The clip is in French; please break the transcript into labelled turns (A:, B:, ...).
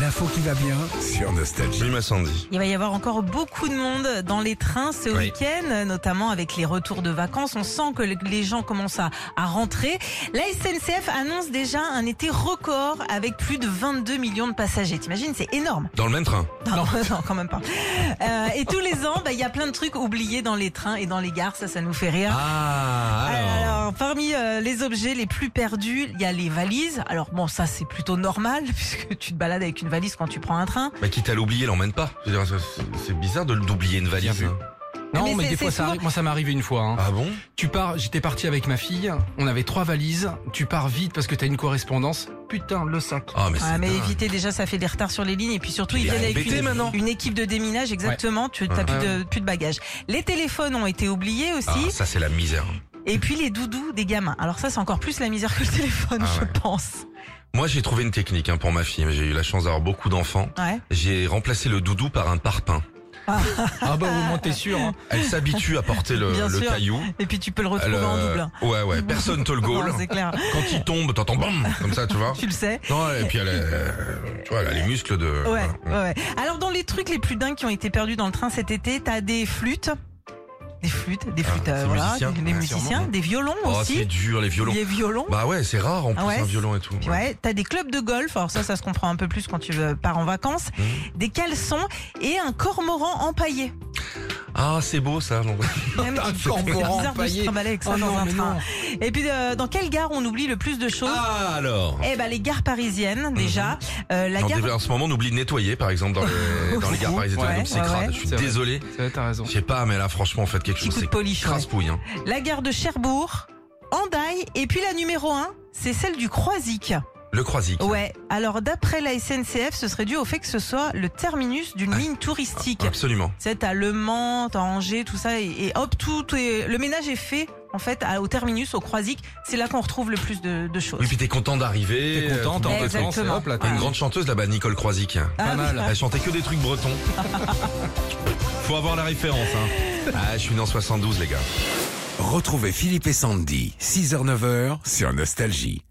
A: l'info qui va bien.
B: Sur Nostalgie.
C: Mime à Sandy.
D: Il va y avoir encore beaucoup de monde dans les trains ce
C: Oui.
D: week-end, notamment avec les retours de vacances. On sent que le- les gens commencent à, à rentrer. La SNCF annonce déjà un été record avec plus de 22 millions de passagers. T'imagines, c'est énorme.
C: Dans le même train.
D: Non, non, quand même pas. Euh, et tous les ans, bah, il y a plein de trucs oubliés dans les trains et dans les gares. Ça, ça nous fait rire.
C: Ah,
D: Alors, parmi euh, les objets les plus perdus, il y a les valises. Alors bon, ça c'est plutôt normal puisque tu te balades avec une valise quand tu prends un train.
C: Bah, quitte à l'oublier, l'emmène pas. Je veux dire, c'est- C'est bizarre de d'oublier une valise.
E: Bien vu.
C: hein.
E: Non,
D: Ah Mais
E: mais,
D: c'est-
E: des fois,
D: c'est
E: ça arrive. Moi, ça m'est arrivé une fois. hein.
C: Ah bon
E: Tu pars, j'étais parti avec ma fille. On avait trois valises. Tu pars vite parce que t'as une correspondance. Putain, le sac.
C: Ah, mais
D: Ah,
C: c'est
D: mais
C: dingue.
D: évitez déjà, ça fait des retards sur les lignes. Et puis surtout, ils
C: Il est
D: viennent avec
C: embêté
D: une,
C: maintenant.
D: une équipe de déminage, exactement. Tu n'as
C: Ouais.
D: plus, de, plus de bagages. Les téléphones ont été oubliés aussi.
C: Ah, ça, c'est la misère.
D: Et puis les doudous des gamins. Alors ça, c'est encore plus la misère que le téléphone,
C: Ah
D: je
C: ouais.
D: pense.
C: Moi, j'ai trouvé une technique hein, pour ma fille. J'ai eu la chance d'avoir beaucoup d'enfants.
D: Ouais.
C: J'ai remplacé le doudou par un parpaing.
E: Ah bah, au moins, t'es sûr. hein.
C: Elle s'habitue à porter le,
D: Bien
C: le
D: sûr.
C: caillou.
D: Et puis tu peux le
C: Elle,
D: retrouver en
C: euh,
D: double.
C: Ouais, ouais. Personne te le gaule.
D: Non, c'est clair.
C: Quand il tombe, t'entends bam Comme ça, tu vois.
D: Tu le sais.
C: Non, et puis elle, a- euh, tu vois, elle a les muscles de.
D: Ouais,
C: voilà.
D: ouais, ouais. Alors dans les trucs les plus dingues qui ont été perdus dans le train cet été, t'as des flûtes, des flûtes, des
C: Ah,
D: flûtes, euh,
C: c'est
D: voilà,
C: musicien.
D: des, des
C: Ouais,
D: musiciens,
C: sûrement.
D: des violons
C: Oh, c'est
D: aussi,
C: dur, les violons.
D: des violons.
C: Bah ouais, c'est rare en
D: Ah
C: plus,
D: ouais,
C: un
D: c'est-
C: violon et tout.
D: Puis ouais, t'as des clubs de golf, alors ça, ça se comprend un peu plus quand tu euh, pars en vacances,
E: Mmh.
C: Mhm.
D: des caleçons et un cormoran empaillé.
C: Ah, c'est beau ça. non.
D: Ouais, mais
E: Un
D: tu-
E: cormoran
D: c'est bizarre de se
E: empaillé.
D: trimballer avec ça
E: Oh
D: dans
E: non,
D: un
E: mais
D: train.
E: non.
D: Et puis, euh, dans quelle gare on oublie le plus de choses
C: Ah alors
D: Eh ben, les gares parisiennes, déjà.
E: Mmh.
D: Euh, la
C: Non,
D: gare.
C: dé- En ce moment, on oublie de nettoyer, par exemple, dans les, dans les gares
E: Ouais,
C: parisiennes.
E: ouais,
C: donc c'est
D: ouais.
C: crade. Je suis
E: C'est vrai.
C: désolé.
E: C'est vrai, T'as raison.
C: Je sais pas, mais là, franchement, faites quelque
D: Petit
C: chose.
D: coup de
C: C'est
D: polish, ouais.
C: crasse-pouille. Hein.
D: La gare de Cherbourg, Andaille, et puis la numéro 1, c'est celle du Croisic.
C: Le croisic.
D: Ouais, alors d'après la SNCF, ce serait dû au fait que ce soit le terminus d'une ligne touristique.
C: Absolument.
D: Tu sais, t'as Le Mans, t'as Angers, tout ça, et, et hop, tout, est- le ménage est fait, en fait, à- au terminus, au Croisic. C'est là qu'on retrouve le plus de, de choses.
C: Oui, puis t'es content d'arriver.
E: T'es contente
C: euh,
E: en
D: Exactement.
E: vacances. et Hop, là,
C: t'as
E: t'as
C: Une grande chanteuse là-bas, Nicole Croisic.
D: Ah,
E: Pas mal.
C: Elle chantait que des trucs bretons. Faut avoir la référence. Hein. Ah, je suis né en 72, les gars.
B: Retrouvez Philippe et Sandy, 6h-9h, sur Nostalgie.